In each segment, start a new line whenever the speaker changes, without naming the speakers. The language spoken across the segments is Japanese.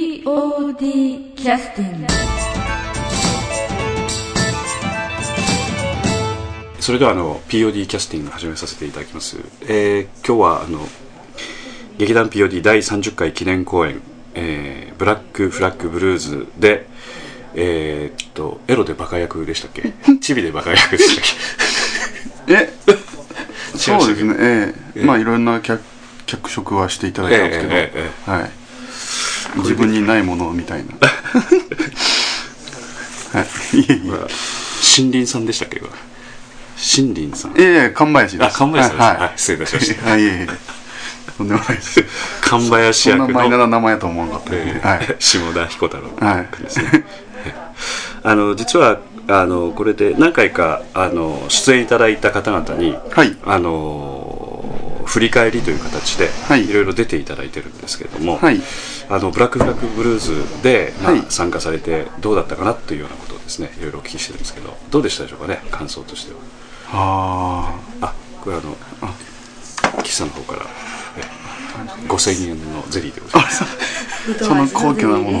POD キャスティング
それではあの POD キャスティング始めさせていただきます、えー今日はあの劇団 POD 第30回記念公演、えーブラックフラッグブルーズでえーっとエロでバカ役でしたっ けチビでバカ役でしたっけえ
そうですね、ええ
ええ
まあいろんな脚脚色はしていただいたんですけど、
えええええ
はい、自分にないもの みたいなはいいえいえ
森林さんでしたっけこれ森林さん
ええ神林です
あ神林さんです
はい、
はい失礼いたしました
はいいえいえとんでもないです
神林
そんな
役
マイナー
の
な名前やと思わなかったんで、
えー
はい
下田彦太郎
はい
ですねあの実はあのこれで何回かあの出演いただいた方々に、
はい
あの振り返りという形で、、
はいい
ろいろ出ていただいてるんですけれども、
はい
あのブラック・フラッグ・ブルーズで、まあ
はい
参加されてどうだったかなというようなことをですねいろいろお聞きしてるんですけどどうでしたでしょうかね感想としては
あ
あこれあの岸さんの方からえ5000円のゼリーでございます
あそんな高級なものあいえい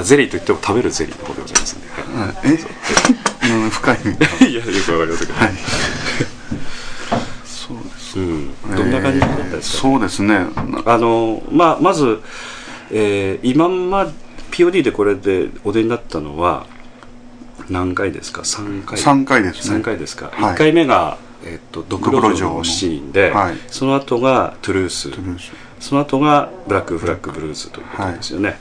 え
ゼリーといっても食べるゼリーの方でございますんで、
はいえうん深い意味だ
い、やよくわかりませんけど、
はい そうです
う
ね
ん、どんな感じだったんですか、
そうですねな
あのまあまず、えー今ま POD でこれでお出になったのは何回ですか3回
3回ですね
三回ですか、
はい
1回目が、えっとドクロ
ドク
城
ロ城
の
の
シーンで、
はい
その後がトゥルース
トゥルース
その後がブラックフラッグブルーズということですよね、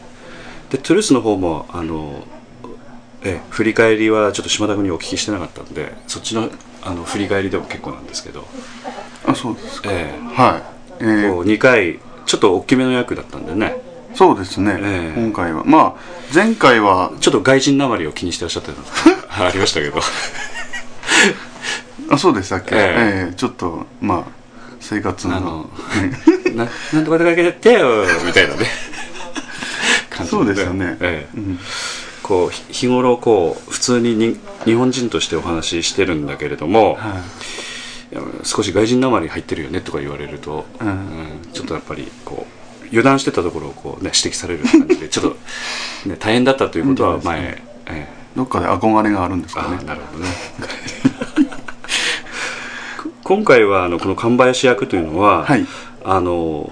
でトゥルースの方もあのえ振り返りはちょっと島田君にお聞きしてなかったんでそっちのあの振り返りでも結構なんですけど、
あそうですか
え
はい、え
え
ー
こう2回ちょっと大きめの役だったんでね
そうですね、
ええ
今回はまあ前回は
ちょっと外人なまりを気にしてらっしゃったような ありましたけど
あそうでしたっけ、
え
え
え
えちょっとまあ生活
あ
の
のな なんとかだけやってよみたいなね感じ
そうですよね、
ええ
うん
こうひ日頃こう普通にに日本人としてお話ししてるんだけれども、
はい
や少し外人なまり入ってるよねとか言われると、
うん
うんちょっとやっぱりこう油断してたところをこう、ね、指摘される感じでちょっと、ね、 大変だったということは前、ええ
い、どっかで憧れがあるんですか
ああ
ね
なるほどね こ今回はあのこの神林役というのは、
はい
あの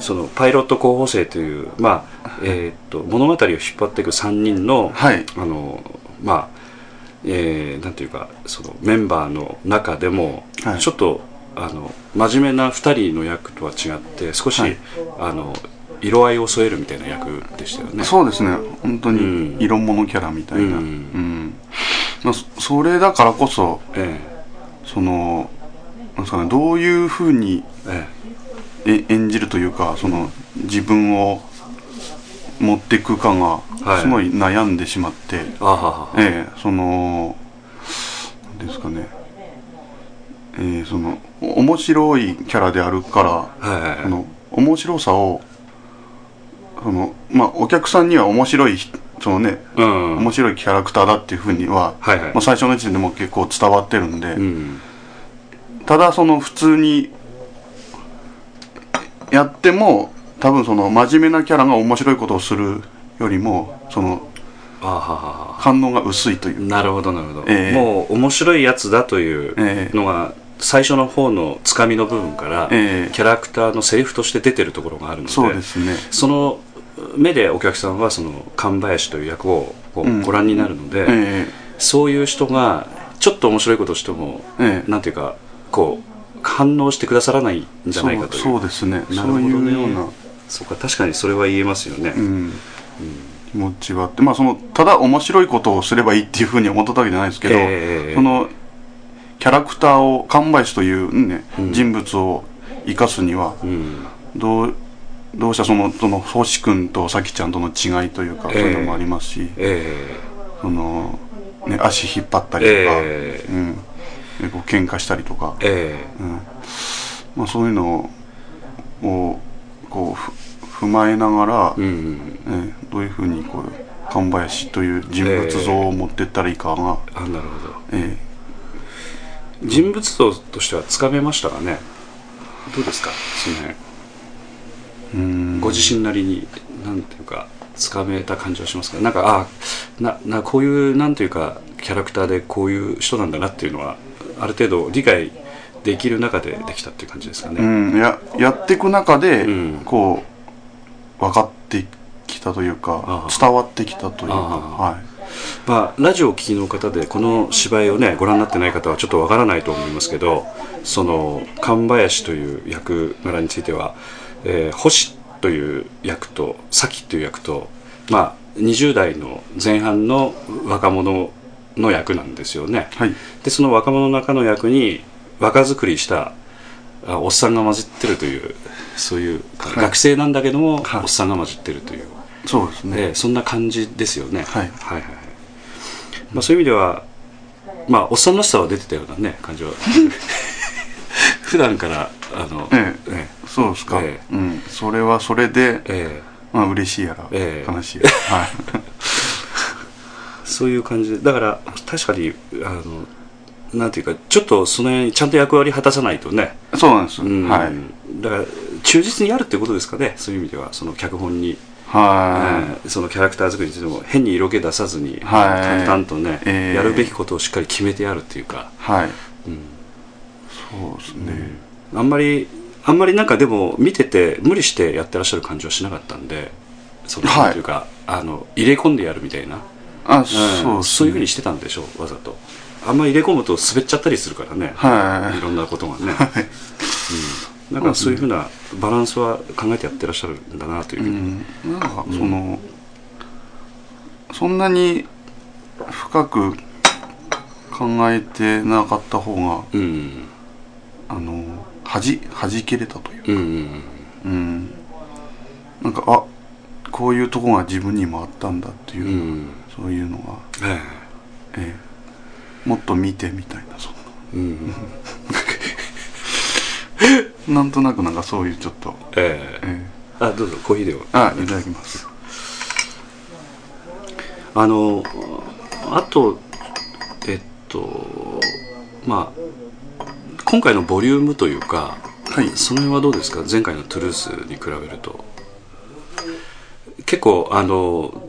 そのパイロット候補生という、まあえーっと物語を引っ張っていく3人の、
はい
あのまあえーなんていうかそのメンバーの中でも、
はい
ちょっとあの真面目な2人の役とは違って少し、
はい
あの色合いを添えるみたいな役でしたよね。
そうですね本当
うん
に色物キャラみたいな
う
うんん、まあ、そそれだからこそ
え
そのなんですかねどういうふうに
ええ
え演じるというかその自分を持っていくか
はい
がすごい悩んでしまって、
えあはは
ええそのなんですかねええそのお面白いキャラであるから、
はいはい
その面白さをそのまあお客さんには面白いそのね、
うん
面白いキャラクターだっていうふうには、
はいはい
もう最初の時点でもう結構伝わってるんで、
うん
ただその普通にやっても多分その真面目なキャラが面白いことをするよりもその
あははは
反応が薄いという
なるほどなるほど、
ええ
もう面白いやつだというのが、最初の方のつかみの部分から、
ええ
キャラクターのセリフとして出てるところがあるので
そうですね
その目でお客さんはその神林という役をこう
うん
ご覧になるので、
え
そういう人がちょっと面白いことをしても、
ええ
なんていうかこう反応してくださらないん
え
じゃないかという
そうそうですね
なる
そ
ほど
う
ね
いうような、
そうか確かにそれは言えますよね、
うん、気持ちはあってまあそのただ面白いことをすればいいっていうふうに思ってたわけじゃないですけど、
ええ
そのキャラクターを神林という、ね
うん
人物を生かすには
うん
どうどうしたそのその星君と咲ちゃんとの違いというか、
ええ
そういうのもありますし
え
その、ね、足引っ張った
え
りとか、
ええ
うん、でこう喧嘩したりとか、
ええ
うんまあ、そういうのをこうふ踏まえながら、
うん
ねどういうふうにこう神林という人物像を持ってったらいいかが、
あなるほど
え
人物像としてはつかめましたかねどうですかその辺
えうん
ご自身なりになんていうかつかめた感じはしますかなんかあななこういうなんていうかキャラクターでこういう人なんだなっていうのはある程度理解できる中でできたっていう感じですかね、
うん、ややっていく中で、
うん
こう分かってきたというか
あー
伝わってきたというか、
あ
は
まあ、ラジオを聴きの方でこの芝居をねご覧になってない方はちょっとわからないと思いますけどその神林という役柄については、えー星という役と咲という役と、まあ、20代の前半の若者の役なんですよね。
い、はい、
でその若者の中の役に若作りしたあおっさんが混じってるというそういう
い
学生なんだけども、
はい
おっさんが混じってるという。
そうですね、
ええそんな感じですよね、
はい
はいはいはいまあ、そういう意味では、まあ、おっさんらしさは出てたようなね感じ は普段からあの、
え
え
えそうですか、
え
うん、それはそれで、
ええ
まあ嬉しいやら、
ええ
悲しいやら、はい、
えそういう感じでだから確かにあのなんていうかちょっとその辺ちゃんと役割果たさないとね、
そうなんです、
うん
はい、
だから忠実にやるってことですかねそういう意味ではその脚本に、
は
ええそのキャラクター作りについても変に色気出さずに、
はい
淡々とね、
ええ
やるべきことをしっかり決めてやるっていうか、
い、はい、
うん
そうですね、
あんまりあんまりなんかでも見てて無理してやってらっしゃる感じはしなかったんでその、
はい
なんていうかあの入れ込んでやるみたいな、
あ、
うん
そうです
そういうふうに
し
してたんでしょうわざとあんまり入れ込むと滑っちゃったりするからね、、
はい
ろんなことがね、うん、だからそういうふうなバランスは考えてやってらっしゃるんだなというふ
い、う
うに、
ん、なんかその、そんなに深く考えてなかった方が
うん
あのはじはじけれたという
うんうん
うんなんかあこういうとこが自分にもあったんだっていうう、
ん
そういうのが、
え
ええもっと見てみたいなそん
えうん
ななんとなくなんかそういうちょっと、
ええ
え
あどうぞコーヒーでも
えあいただきます
あのあとえっとまあ今回のボリュームというか
はい
その辺はどうですか前回のトゥルースに比べると結構あの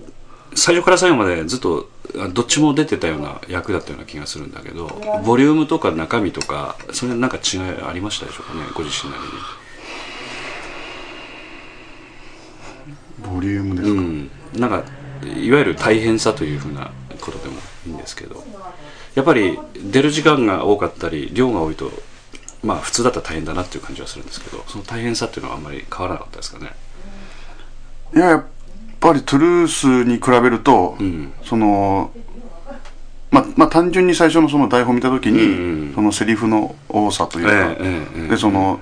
最初から最後までずっとあどっちも出てたような役だったような気がするんだけどボリュームとか中身とかそれなんか違いありましたでしょうかねご自身なりに。
ボリュームです
う
か、
ん、なんかいわゆる大変さというふうなことでもいいんですけどやっぱり出る時間が多かったり量が多いとまあ普通だったら大変だなっていう感じはするんですけどその大変さっていうのはあんまり変わらなかったですかね
いややっぱりトゥルースに比べると、
うん
そのままあ単純に最初のその台本見た時に、
うんうん
そのセリフの多さという
え
か、
ええええ
でその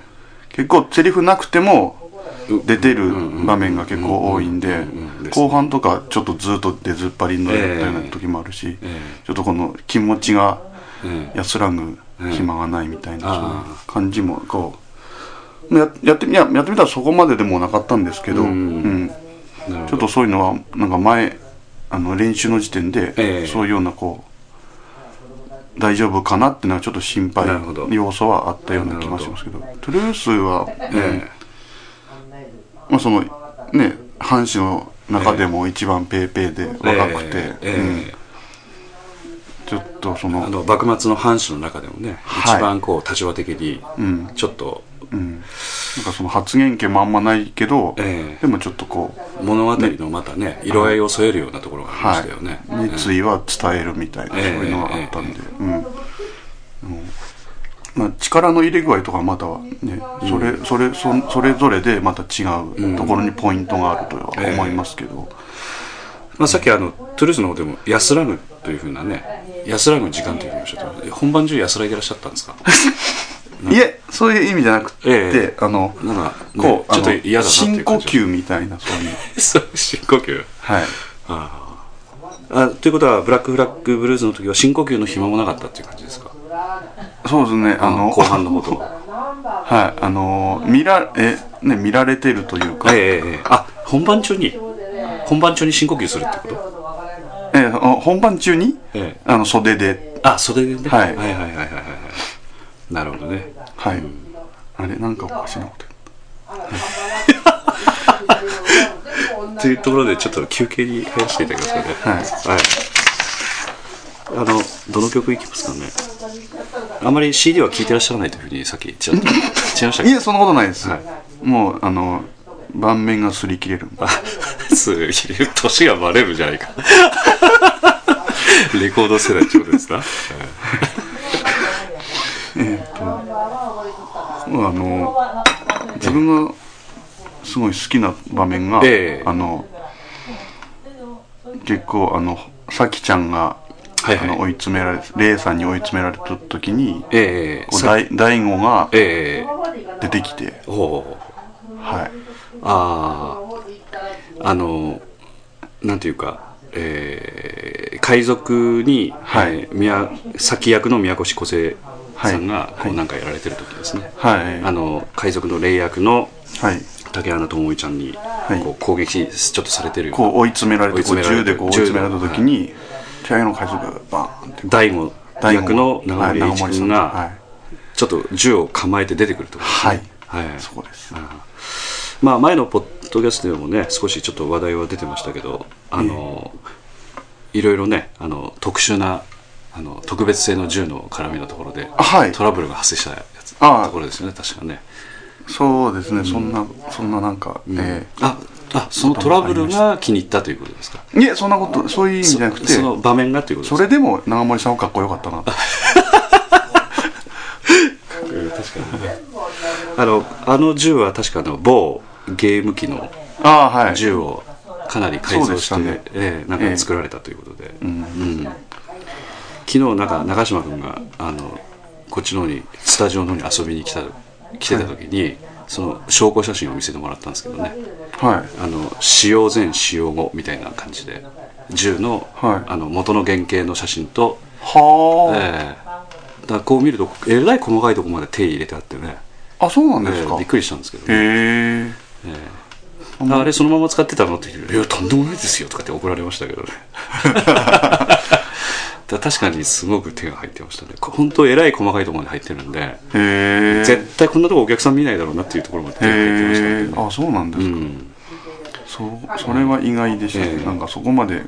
結構セリフなくても
う
出てる場面が結構多いんで
うんうん
後半とかちょっとずっと出ずっぱりになるみたいな時もあるし、
ええ
ちょっとこの気持ちが
ええ
安らぐ暇がないみたい
う
な、
ん
そういう感じもこうややっていややってみたらそこまででもなかったんですけど、
うん
うん
なるほ
ちょっとそういうのはなんか前あの練習の時点で、
ええ
そういうようなこう大丈夫かなっていうのはちょっと心配
なるほど
要素はあったような気がしますけどトゥルースは、
どえ
まあ、そのね阪神の中でも一番ペーペーで
え
若くて、
ええ
うん
ええ
ちょっとそ
あ
の
の幕末の藩主の中でもね、
はい
一番こう立場的に
うん
ちょっと、
うんなんかその発言権もあんまないけど、
え
でもちょっとこ
え物語のまたね色合いを添えるようなところがあ
う、
りま
は
したよね、
い、熱意は伝えるみたいな、
ええ
そういうのがあったんで、うん、うんまあ、力の入れ具合とかまたはね、それそれそそれぞれでまた違うところにポイントがあるとは思いますけど、
まあ、さっきあのトゥルースの方でも安らぐというふうなね安らぐ時間というふうにおっしゃってました本番中安らいでいらっしゃったんです か
いえそういう意味じゃなくて、
え
あの
なんか、
こ
ね
う、
ちょっと
あの
嫌だなってい
深
う
呼
感じ
吸みたいなそうい う
そう深呼吸
はい
あああということはブラックフラッグブルーズの時は深呼吸の暇もなかったっていう感じですか
そうですねあの
後半の方 とは
はいあの見らえね見られてるというか、
ええええええあ本番中に本番中に深呼吸するってこと
ええあ本番中に、
ええ
あの袖で、
あそれでね、
はい
はいはいはいはいはいなるほどね
はい、あれなんかおかしなこと言っ
というところでちょっと休憩に入らせていただきますので、
はい
はい、あのどの曲いきますかねあまり CD は聴いてらっしゃらないというふうにさっきち らっと違いました
い
け
やそんなことないです、
は
もうあの盤面が擦り切れる
どすごい年がバレるじゃないかレコード世代ってことですか
あの自分がすごい好きな場面が、
ええ
あの結構あの咲ちゃんが、
はいはい
あの追い詰められレイさんに追い詰められた時に
ええ
こう
さ
大大悟が
ええ
出てきて、
おお
はい、
あああのなんていうか、えー海賊に、
はい
えー宮先役の宮越小生さんが、
はい
こうなんかやられてる時ですね、
はい
あの海賊の霊役の
はい、
竹穴智美ちゃんに、
い
こう攻撃ちょっとされてる
こう追い詰められてこ
追
う
い詰めら
銃
れて
でこう追い詰められた時に茶屋の海賊がバーンって
大悟役の長森
はい
一君が、
はい
ちょっと銃を構えて出てくるところ
はい
ですね、はい
そこです
まあ、前のポッドキャストでもね少しちょっと話題は出てましたけどあの、いろいろねあの特殊なあの特別性の銃の絡みのところで、
はい
トラブルが発生したやつ
ああ
ところですよね確かね、
そうですね、そんなそんななんか、ええ
ああそのトラブルが気に入ったということですか
いえそんなことそういう意味じゃなくて
その
そ
場面がということですか
れでも長森さんはかっこよかったな
あのあの銃は確かあの某ゲーム機の
ああはい
銃をかなり改
そう
造
で
し、
してたね
ええなん
え
か
え
作られたということで、うん昨日なんか中島君があのこっちの方にスタジオの方に遊びに来た来てた時に、その証拠写真を見せてもらったんですけどね
はい
あの使用前使用後みたいな感じで銃の,、
はい
あの元の原型の写真と、え
はあ、
えだからこう見るとえらい細かいところまで手入れてあってね、
あそうなんで
え
すか、
えびっくりしたんですけど、ね
へえ
ああれそのまま使ってたのって言うと「いやとんでもないですよ」とかって怒られましたけどねだ 確かにすごく手が入ってましたねこ本当えらい細かいところまで入ってるんで、
へえ
絶対こんなとこお客さん見ないだろうなっていうところまで手が入ってました
へ
ね
えあそうなんです
う
か、
ん
そうそれは意外でしたね、
ええ
なんかそこまで、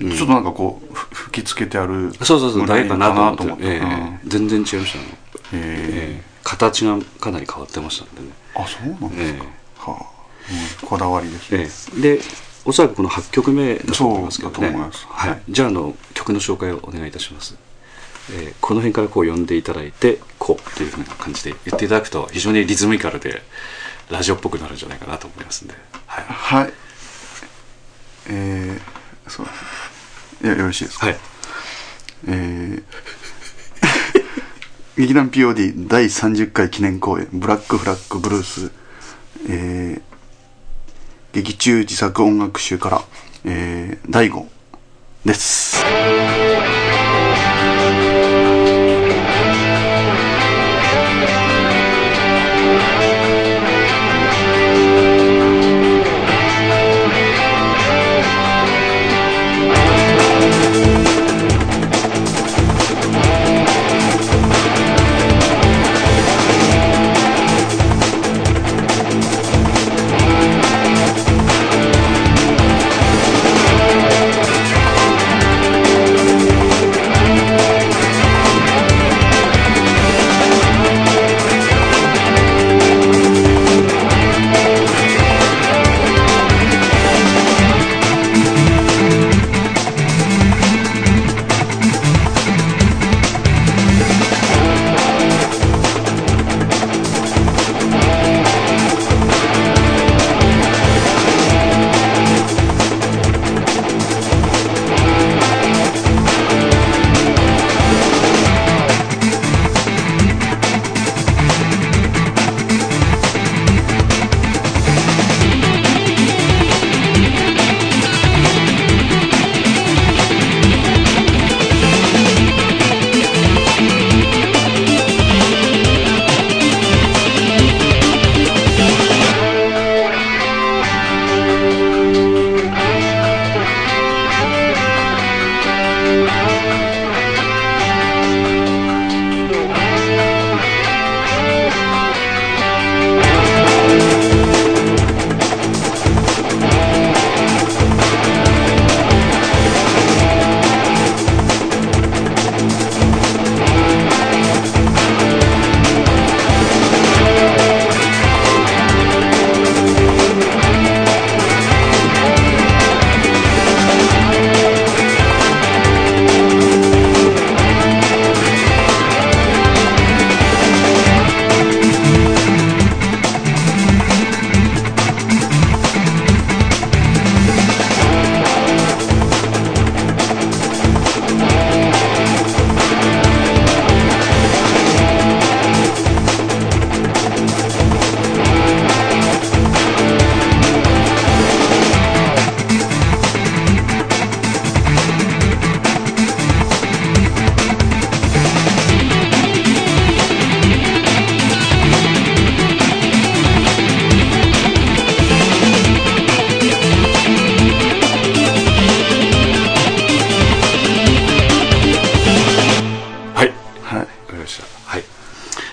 ちょっとなんかこうふ吹きつけてある
そうそうそう
ぐら
誰
い
かなと思って
かな
ええ
う
全
ん
然違いましたね、
へえ
ええ形がかなり変わってましたんでね、
あそうなんです
え
か、はあ、うんこだわりです、
えええでおそらくこの8曲目だと思いますけど
そうだ
ね
と思います
はい
はい
じゃああの曲の紹介をお願いいたします、えーこの辺からこう呼んでいただいてこうというふうな感じで言っていただくと非常にリズミカルでラジオっぽくなるんじゃないかなと思いますんで、はい
はいえー、そういやよろしいですか、
はい、
えー 劇団 POD 第30回記念公演「ブラック・フラック・ブルース」えー劇中自作音楽集から、えー、第5です
「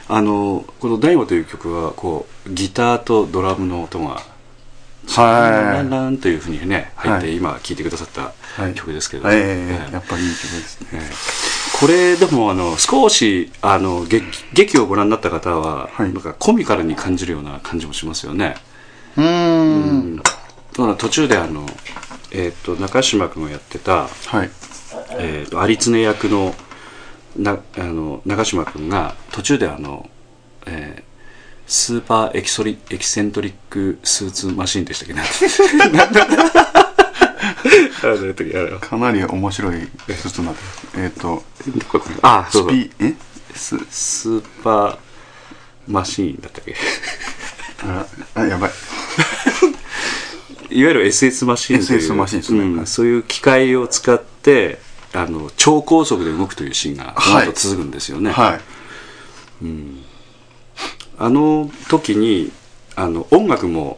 あのこの「大悟」という曲はこうギターとドラムの音がラン
は
ランというふうにね入って、
はい
今聴いてくださった
いはい
曲ですけど、
え
え
え
え
やっぱりいい曲ですね
ええこれでもあの少しあの劇劇をご覧になった方は、
はい
なんかコミカルに感じるような感じもしますよね。
うーん
うん、だから途中であの、えっと中島君がやってた、
はい
えっと有常役のなあの中島君が途中であの、えースーパーエキソリエキセントリックスーツマシンでしたっけなんてなんだあの時あれ
かなり面白いスーツになってますえっ、と
あそうそ
ス
う
ピえス
スーパーマシーンだったっけ
ああやばい
いわゆる SS マシーンという
SS マシンですね
うんそういう機械を使ってあの超高速で動くというシーンがこの
はい
後続くんですよね、
はい
あの時にあの音楽も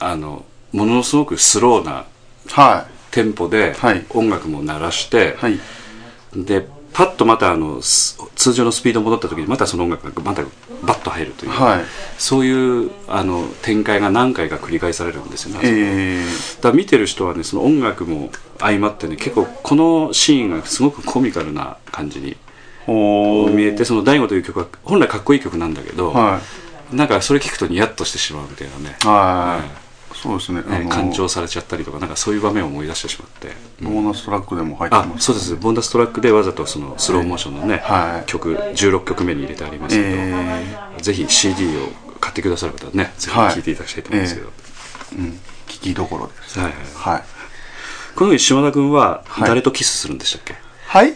あのものすごくスローな
は
テンポで
はい
音楽も鳴らして、
いはい
でパッとまたあのす通常のスピード戻った時にまたその音楽がまたバッと入るという、
はい
そういうあの展開が何回か繰り返されるんですよね。
ええ
だから見てる人はねその音楽も相まってね結構このシーンがすごくコミカルな感じに
おー
見えてその「大悟」という曲は本来かっこいい曲なんだけど、
は
なんかそれ聞くとニヤッとしてしまうみたいなね
い、はいそうですね、
ね
あの
感情されちゃったりとかなんかそういう場面を思い出してしまって、
ボーナストラックでも入って
あ
ます
そうですボンダストラックでわざとそのスローモーションのね、
はい
曲16曲目に入れてありますけど、
え
ぜひ CD を買ってくださる方はねぜひ
はい
聴いていただきたいと思うんですけど、
えうん聞きどころです
はい
はい
この時島田君は
はい
誰とキスするんでしたっけ、
はい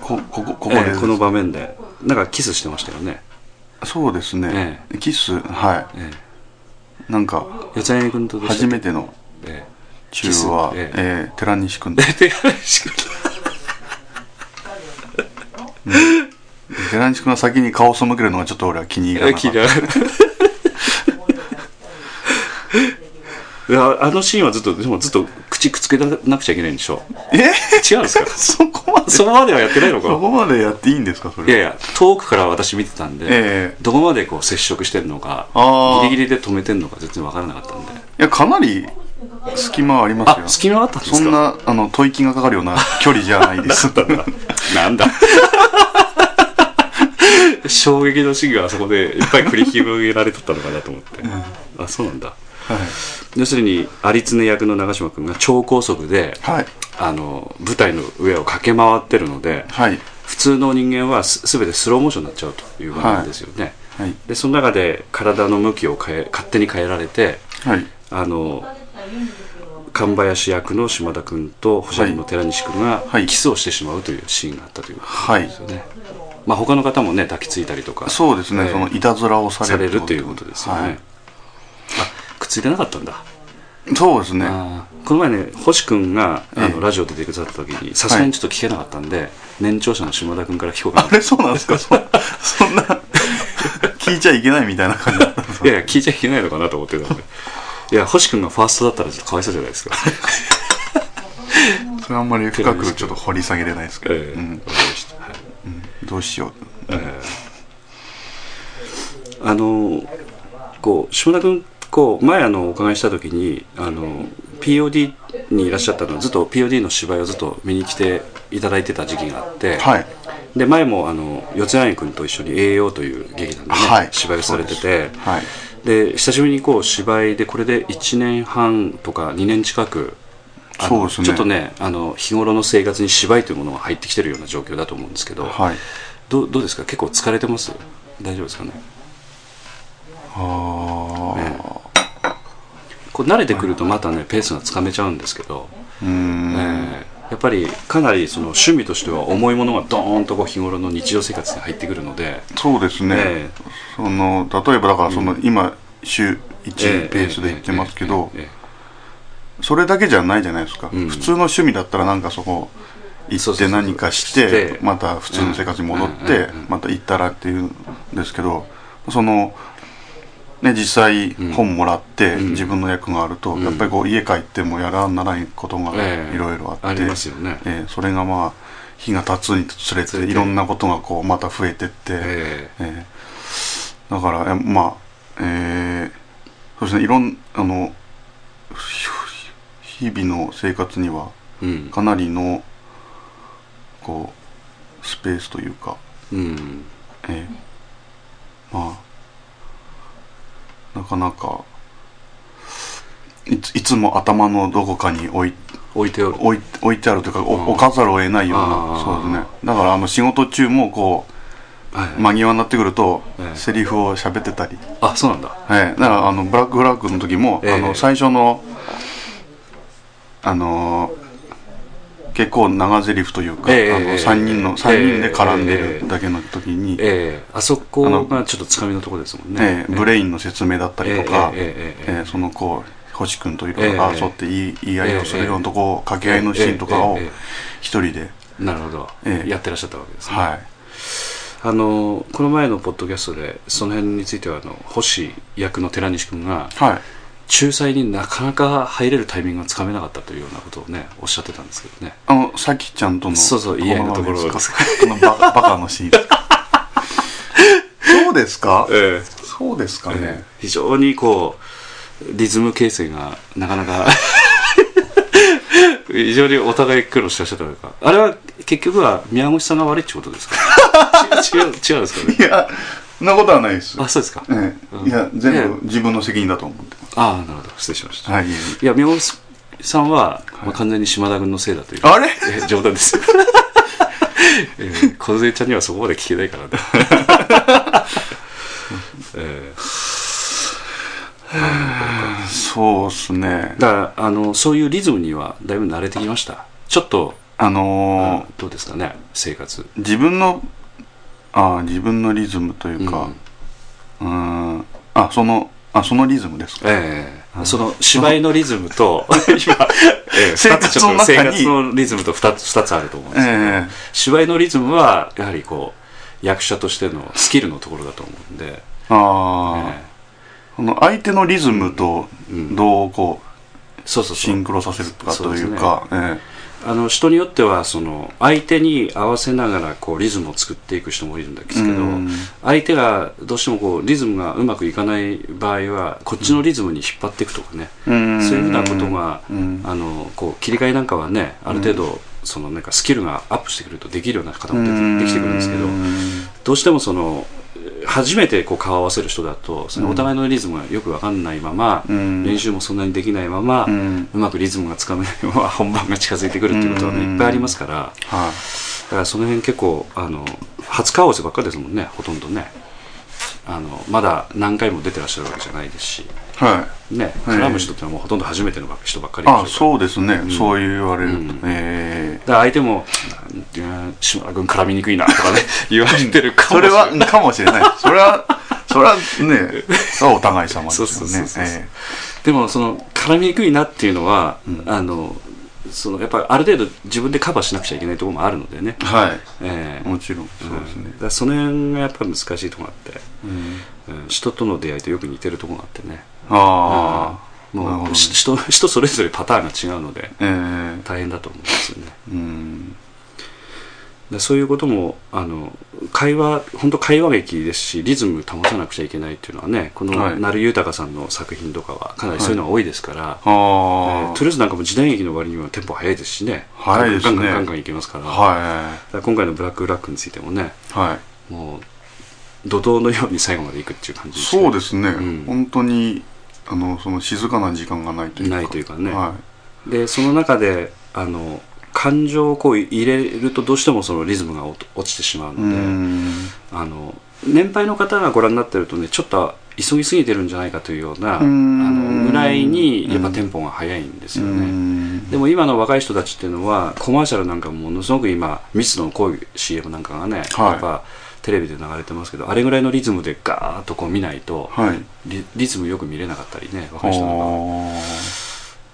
こここここで、
ええこの場面でなんかキスしてましたよね、
そうですね、キスはい
え
なんか
え、四谷君とどうでした
初
っけ
めての
え
中は、
キス
え
ええ
え寺西君と
え 手配しか
寺西君が先に顔を背けるのがちょっと俺は気に入らなかった
嫌い いやあのシーンはずっとでもずっと口くっつけなくちゃいけないんでしょ
え
違うんです か
そこまで
そ
そ
こまではやってないのか
こまでやっていいんですかそれ
いやいや遠くから私見てたんで、
ええ
どこまでこう接触してるのか
あー
ギリギリで止めてるのか全然わからなかったんで
いやかなり隙間はあります
あ
よ
隙間があったんですか
そんなあの吐息がかかるような距離じゃないです
なん だ衝撃のシーンがあそこでいっぱい繰り広げられとったのかなと思って、あそうなんだ
は
要するに有常役の長嶋君が超高速で、
い
あの舞台の上を駆け回ってるので
はい
普通の人間はす全てスローモーションになっちゃうという場面ですよね、
はい
でその中で体の向きを変え勝手に変えられて
はい
あの神林役の島田君と保釈の寺西君が
はい
キスをしてしまうというシーンがあったという
はい
ことですよね、まあ、他の方もね抱きついたりとか
そうですね、
ええ
そのいたずらをさ
され
れる
るということですよね、
は
あくっついてなかったんだ
い、そうですね
あーこの前ね星君があの、
ええ
ラジオ出てくださった時にさすがにちょっと聞けなかったんで、年長者の島田君から聞こうか
あれそうなんですかそそんな聞いちゃいけないみたいな感じだったんです
ないやいや聞いちゃいけないのかなと思ってたんでいや星君がファーストだったらちょっとかわいそうじゃないですか
それあんまり深くちょっと掘り下げれないですけど、
ええ
う
わ
ん
かりましたはい
どうしよ
あのこう島田君こう前あのお伺いした時にあの POD にいらっしゃったのずっと POD の芝居をずっと見に来ていただいてた時期があって、
うはい
で前もあの四谷君と一緒に栄養という劇団でね、
はい
芝居をされて
そう
て
ですはい
で久しぶりにこう芝居でこれで1年半とか2年近くあの
そうですね
ちょっとねあの日頃の生活に芝居というものが入ってきてるような状況だと思うんですけど、
はい
どうどうですか結構疲れてます大丈夫ですかね
ああ、
こう慣れてくるとまたねペースがつかめちゃうんですけど、
うーん、
えーやっぱりかなりその趣味としては重いものがドーンとこう日頃の日常生活に入ってくるので、
そうですね、
え
その例えばだからその、今週
え
1ペースで言ってますけど、
えーえーえーえー
それだけじゃないじゃないですか、
ん
普通の趣味だったらなんかそこ行
そう
っ
そうそ
て
う
何かし
して
てまた普通の生活に戻っ
うん
てまた行ったらっていうんですけどそのね実際本もらって自分の役があるとやっぱりこう家帰ってもやらんならないことが
ええ
いろいろあ
あ
っ
り
て
ますよね
ええそれがまあ日が経つにつれて
つれて
いろんなことがこうまた増えてって、
え
えーだからえまあえーそうですねいろんあのひ日々の生活には
えうん
かなりのこうスペースというか、
うん
えーまあなかなかいついつも頭のどこかに置い
置いておる
置い置いてあるというかお
うん
置かざるを得ないよう
あ
な
ー
そうですねだからあの仕事中もこ
は
う
い
間際になってくると
ええ
セリフを喋ってたり、
あそうなんだ
はい、だからあのブラックフラッグの時も、
ええ
あの最初のあのー結構長セリフというか、
ええ
あ
ええ
の三人の、
ええ
三人で絡んで
ええ
るだけの時に、え
ええあそ
あ
こ
の
がちょっとつかみのところですもんね
えブレインの説明だったりとか、
ええええええええ
ええそのこう星君といろいろ争って言い,、言い合いをするようなとこ、掛け合いのシーンとかを
えええええ
一人で、
えなるほど
ええ
やってらっしゃったわけですね
はい、
あのこの前のポッドキャストでその辺についてはあの星役の寺西君が
はい、
仲裁になかなか入れるタイミングがつかめなかったというようなことをねおっしゃってたんですけどね
あのさきちゃんとの
そうそう言い合いのところです
このバカバカのシー ンですかそ
え
うですかそうですかね、
非常にこうリズム形成がなかなか 非常にお互い苦労してらっしゃったというかあれは結局は宮越さんが悪いってことですか 違う違う違うんです かね
いやそんなことはないです、
あそうですか、
ええ
うん
いや
ええ
全部自分の責任だと思ってます、
ああなるほど失礼しました、
はい
いや宮越さんは、まあ、完全に島田君のせいだという
あれ
え冗談ですえー小杉ちゃんにはそこまで聞けない からね、えー
そうっすね
だからあのそういうリズムにはだいぶ慣れてきましたちょっと
あのー
どうですかね生活
自分のああ自分のリズムというかうーんあそのあそのリズムですか
ええその芝居のリズムと 今、ええ
生活の
二つちょっ
中
と生
に
活のリズムと2つ二つあると思うんですけど、
え
芝居のリズムはやはりこう役者としてのスキルのところだと思うんで、
えああ
え
この相手のリズムと
うん
どうこ
えそうそうそ
うシ
う
ンクロさせるかというかえ
あの人によってはその相手に合わせながらこうリズムを作っていく人もいるんです
え
けど、
うん
相手がどうしてもこうリズムがうまくいかない場合はこっちのリズムに引っ張っていくとかね、
うん
そういうふうなことが、
うん
あのこう切り替えなんかはねある程度、そのなんかスキルがアップしてくるとできるような方も出てできてくるんですけど
うん
どうしてもそのえー初めてこう顔を合わせる人だとそのお互いのリズムがよく分かんないまま、
うん
練習もそんなにできないまま、
う
うんまくリズムがつかめないまま本番が近づいてくるっていうことはね、
うん
いっぱいありますから
はい
だからその辺結構あの初顔合わせばっかりですもんねほとんどねあのまだ何回も出てらっしゃるわけじゃないですし
はい
ね
はい
絡む人ってのはもうほとんど初めての人ばっかりでしょう
あ
から
そうですね、そう言われると、
うん
ええ
だから相手も「なんていうの島田君絡みにくいな」と かね言われてるか
そ
もしれ
れ
ない
はうんかもしれないそれはそ れはねそれはお互い様です
そう
よ
そうそう
ね
そう
え
でもその絡みにくいなっていうのは、あのそのやっぱりある程度自分でカバーしなくちゃいけないところもあるのでね
え、はい
ええ
もちろんそうです
うん
ね
だ、からその辺がやっぱり難しいところがあって、
うん
うん人との出会いとよく似てるところがあってね
ああなるほ
も
ど
う
ね
し人人それぞれパターンが違うので
ええ
大変だと思うんですよね
うん
でそういうこともあの会話本当会話劇ですしリズム保たなくちゃいけないっていうのはねこ
は
の
い
成豊さんの作品とかはかなりそういうのが多いですから、
あ
えー
あ、
トゥルーズなんかも時代劇の割にはテンポ早いですしね
早いですね
ガンガンガンガンいけますから,、
は
今回の「ブラック・ブラック」についてもね
いはい
もう怒涛のように最後までいくっていう感じ
そうですすね、
うん
本当にあのその静かな時間がないというか
ないというかね
は
でその中であの感情をこう入れるとどうしてもそのリズムが落落ちてしまうの
い、
で、
うん
あの年配の方がご覧になってるとねちょっと急ぎすぎてるんじゃないかというような
うーん
あのぐらいにやっぱテンポが速いんですよ
う
ね。
ん
でも今の若い人たちっていうのはコマーシャルなんかもものすごく今密度の濃い CM なんかがね、
はい
やっぱテレビで流れてますけどあれぐらいのリズムでガーッとこう見ないと
はい
リリズムよく見れなかったりね若い人なんかは
あ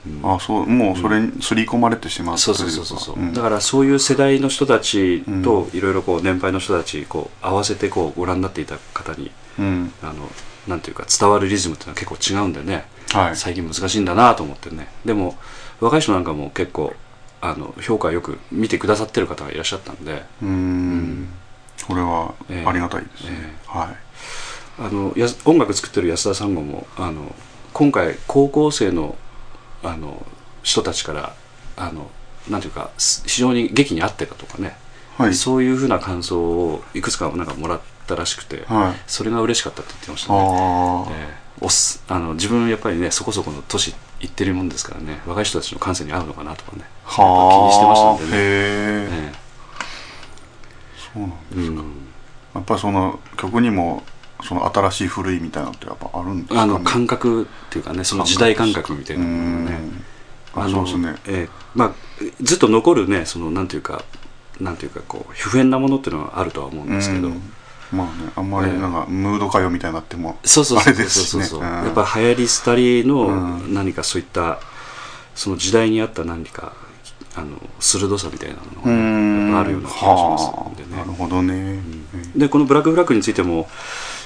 うん
ああそうもうそれに刷り込まれてしまう
そうそうそうそうそう、
とい
だ
か
からそういう世代の人たちといろいろこう年配の人たちこう合わせてこうご覧になっていた方に
うん
あのなんていうか伝わるリズムっていうのは結構違うんでね、
はい
最近難しいんだなと思ってねでも若い人なんかも結構ああの評価よく見てくださってる方がいらっしゃったんで
うーんこれは
ええ
ありがたいですね、
え
はい
あのやす音楽作ってる安田さんももあの今回高校生のあの人たちからあのなんていうかす非常に劇に合ってたとかね、
はい
そういうふうな感想をいくつかなんかもらったらしくて、
はい
それが嬉しかったって言ってましたね、
ああ、
ええおっすあの自分やっぱりねそこそこの年いってるもんですからね若い人たちの感性に合うのかなとかね気にしてましたんでね
へえ
え
そうなんだ
えうん
やっぱその曲にもその新しい古いみたいなのってやっぱあるんですかね
あの感覚っていうかねその時代感覚みたいなものがね
うん
あ
あ
の
のそうですね
ええまあ、ずっと残るねそのなんていうかなんていうかこう不遍なものっていうのはあるとは思うんですけど、
うんまあねあんまりなんかムード歌謡みたいになっても
そうそう
あ
そうそう
れですし
そう
ね
そう、
うん
やっぱ流行り廃りの
うん
何かそういったその時代に合った何かあの鋭さみたいなのがね、やっぱあるような気がしますんで
はあなる
ね。
ほどね、うん
でこの「ブラックフラッグ」についても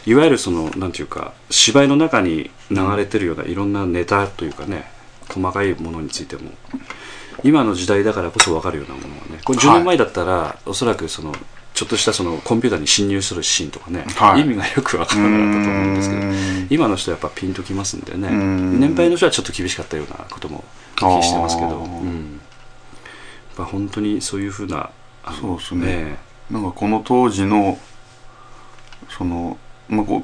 いわゆるそのなんていうか芝居の中に流れてるようないろんなネタというかね細かいものについても今の時代だからこそ分かるようなものがねこれ10
はい
年前だったら、おそらくそのちょっとしたそのコンピューターに侵入するシーンとかね、
はい
意味がよく分からなかったと思うんですけど
うん
今の人はやっぱピンときますんでね
うん
年配の人はちょっと厳しかったようなこともお聞きしてますけど、
あー
うん、やっぱ本当にそういうふうなあの
そうですね
え
なんかこの当時のそのまあこう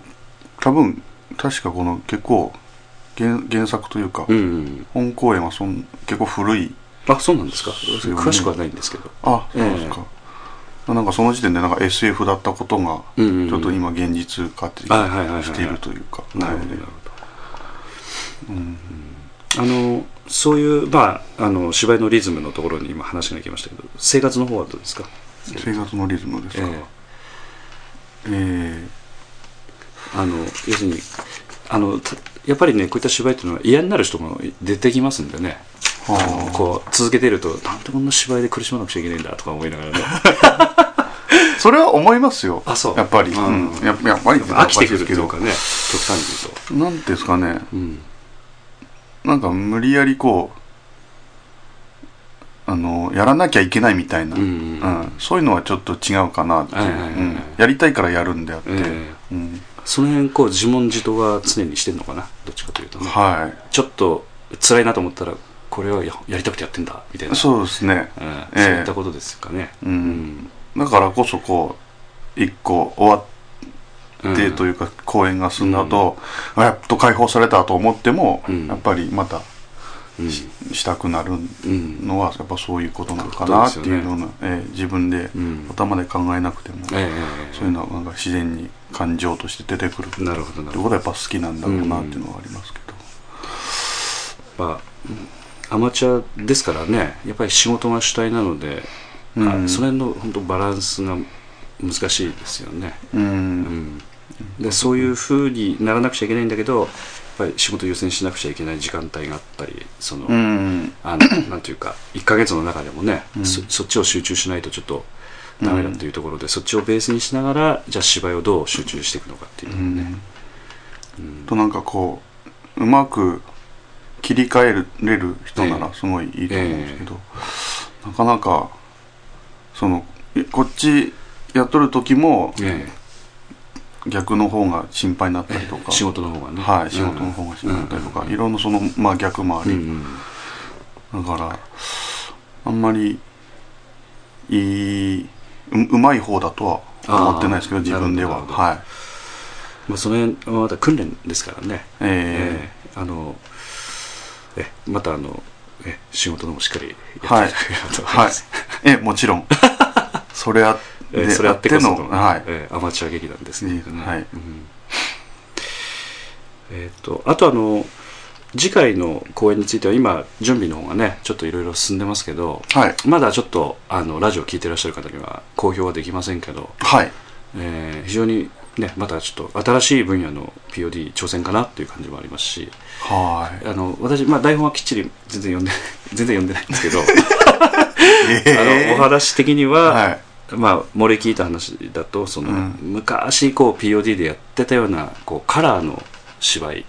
多分確かこの結構原原作というか、
えうんうん
本公演はそん結構古い
あそうなんですか
そう
詳しくはないんですけど
あそうですか、なんかその時点でなんか SF だったことが
ち
ちょ
ょ
っと今現実化って
はいはいはいはい
しているというか、
なるほど
はい
なるほど
うん
あのそういうまああの芝居のリズムのところに今話が行きましたけど生活の方はどうですか
生活のリズムですか、
え
えー
えあの要するにあのたやっぱりねこういった芝居っていうのは嫌になる人も出てきますんでね
は
あのこう続けてるとなんでこんな芝居で苦しまなくちゃいけないんだとか思いながらね
あ、それは思いますよ
あそう
やっぱり、
うん
うんやっぱやっぱり
飽きてくるというか
やっぱり
ね極端に言うと
ですけどなんていうんですかね
うん
なんか無理やりこうあのやらなきゃいけないみたいな、
うんうんうん
うんそういうのはちょっと違うかなっていう、
はいはいはいはい
うんやりたいからやるんであって、
え
うん
えその辺こう自問自答は常にしてるのかなどっちかというとね
は、
ちょっと辛いなと思ったらこれはややりたくてやってんだみたいない
そうですね
うん
ええ
そういったことですかね。
うん
うん
だからこそこう一個終わってと
いう
いうか公演が済んだ後、あやっと解放されたと思っても、
うん
やっぱりまた
うん
したくなる
うん
のはやっぱそういうことなのかなっていうような、ええ自分で
うん
頭で考えなくても、
ええええ
そういうのはなんか自然に感情として出てくるって
ええなるほどなる
こと
ほ
は
ど。
やっぱ好きなんだろうなっていうのはありますけど、
まあアマチュアですからねやっぱり仕事が主体なので、
うん
あその辺の本当バランスが難しいですよね。
うん
うんでそういうふうにならなくちゃいけないんだけどやっぱり仕事優先しなくちゃいけない時間帯があったりその、
うん
あのなんていうか1ヶ月の中でもね、
うん
そそっちを集中しないとちょっとダメだっていうところで、そっちをベースにしながらじゃあ芝居をどう集中していくのかっていうう、
んとなんかこううまく切り替えれる人な
え
らすごいいいと思うんですけど、なかなかそのえこっちやっとる時も
え
逆の方が心配になったりと
え
か、
仕事の方がね
はい、仕事の方が心配だったりとか、いろんなその、まあ、逆もあ
うん
り、
うんうん
だからあんまりいいううまい方だとは思ってないですけど
あー
自分で
な
は
るほど
はい
まあ、その辺はまた訓練ですからね、
え
えあのえまたあのえ仕事の方もしっかりやっていた
は
だ
い
ければと
ー
思い
は
ま
い
す、
えもちろ んそれあ
え
で
それあってこその、
はい、
えアマチュア劇団ですね。
はい
うんえっ、とあとあの次回の公演については今準備の方がねちょっといろいろ進んでますけど
はい
まだちょっとあのラジオ聞いてらっしゃる方には公表はできませんけど、
はい
えー非常にねまたちょっと新しい分野の POD 挑戦かなっていう感じもありますし
は い
あの私、まあ、台本はきっちり全然読んで全然読んでないん ですけど、あのお
え
話的に
ー
は、
はい
まあ、漏れ聞いた話だとその、
うん
昔こう POD でやってたようなこうカラーの芝居っ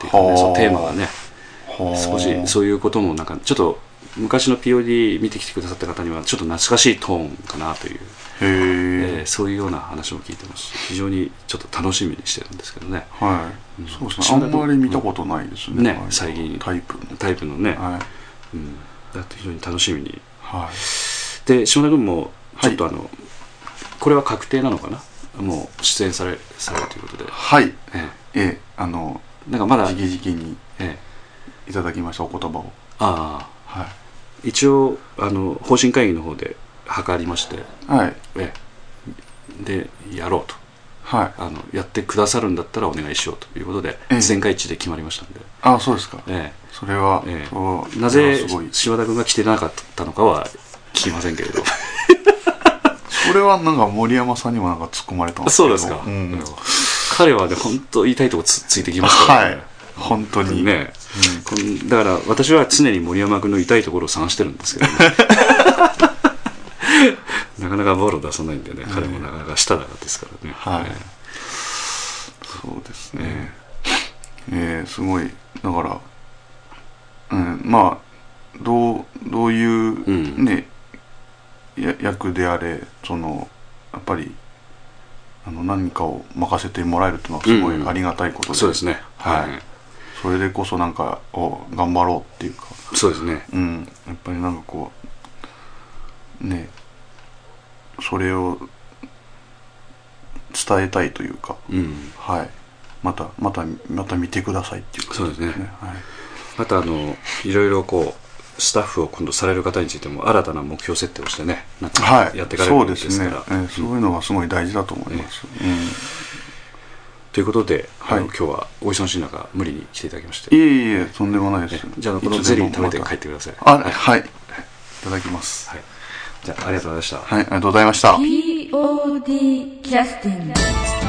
ていうか
ほ
ね
う
そのテーマがね
ほー
少しそういうこともなんかちょっと昔の POD 見てきてくださった方にはちょっと懐かしいトーンかなという、え
へえ
ーそういうような話も聞いてますし非常にちょっと楽しみにしてるんですけどね
はい、
うん
そうですねあんまり見たことないですね
ね
ああいう
最近
タイプの
タイプのね、
は
う
い、
ん、だって非常に楽しみに
はい、
で島田君もち
は
ょ
い
っとあの、これは確定なのかなもう出演されされるということで、
はい、
え
ええあの
え、なんかまだ、
じ
え
きじきに
え、
いただきましたお言葉を
あ
は
あ一応あの方針会議の方で諮りまして、
いはい
ええ、でやろうと
はい
あのやってくださるんだったらお願いしようということで、
ええ
全会一致で決まりましたんで、
あそうですか
え
それは、
ええ
そ
え、
う
なぜ
それはすごい
島田君が来てなかったのかは聞きませんけれ ど
それはなんか森山さんにもなんか突っ込まれたんですけ
そう
ど
ですか、
ん
うん彼はね本当言いたいとこつついてきますから
はい本当に、
ねこんだから私は常に森山君の痛いところを探してるんですけど、 ね、なかなかボールを出さないんでね、彼もなかなかしただですからね、
はい
え
そうですねえーすごいだから、うん、まあどうどういう、
うん
ねや役であれそのやっぱりあの何かを任せてもらえるっていうのはすご
うん
いありがたいこと
え
で、
そうですね
はいそれでこそなんかお頑張ろうっていうか
そうですね
うんやっぱりなんかこうねそれを伝えたいというか
うん
はいまたまたまた見てくださいっていう
そうですね
ねはい
またあのいろいろこうスタッフを今度される方についても新たな目標設定をしてねなん
は
か
い、
やっていかれる
そ
わ
う
け
で
です
す
か
ね
ら、
ええそういうのがすごい大事だと思います、
ということで、あの
はい
今日はお忙しい中無理に来ていただきまし
うん、
て
いえいえとんでもないです
じゃあこのゼリー食べて帰っててください
あ
はい、
はい、い、ただきます
はいじゃあありがとうございました
はいありがとうございました
POD キャスティング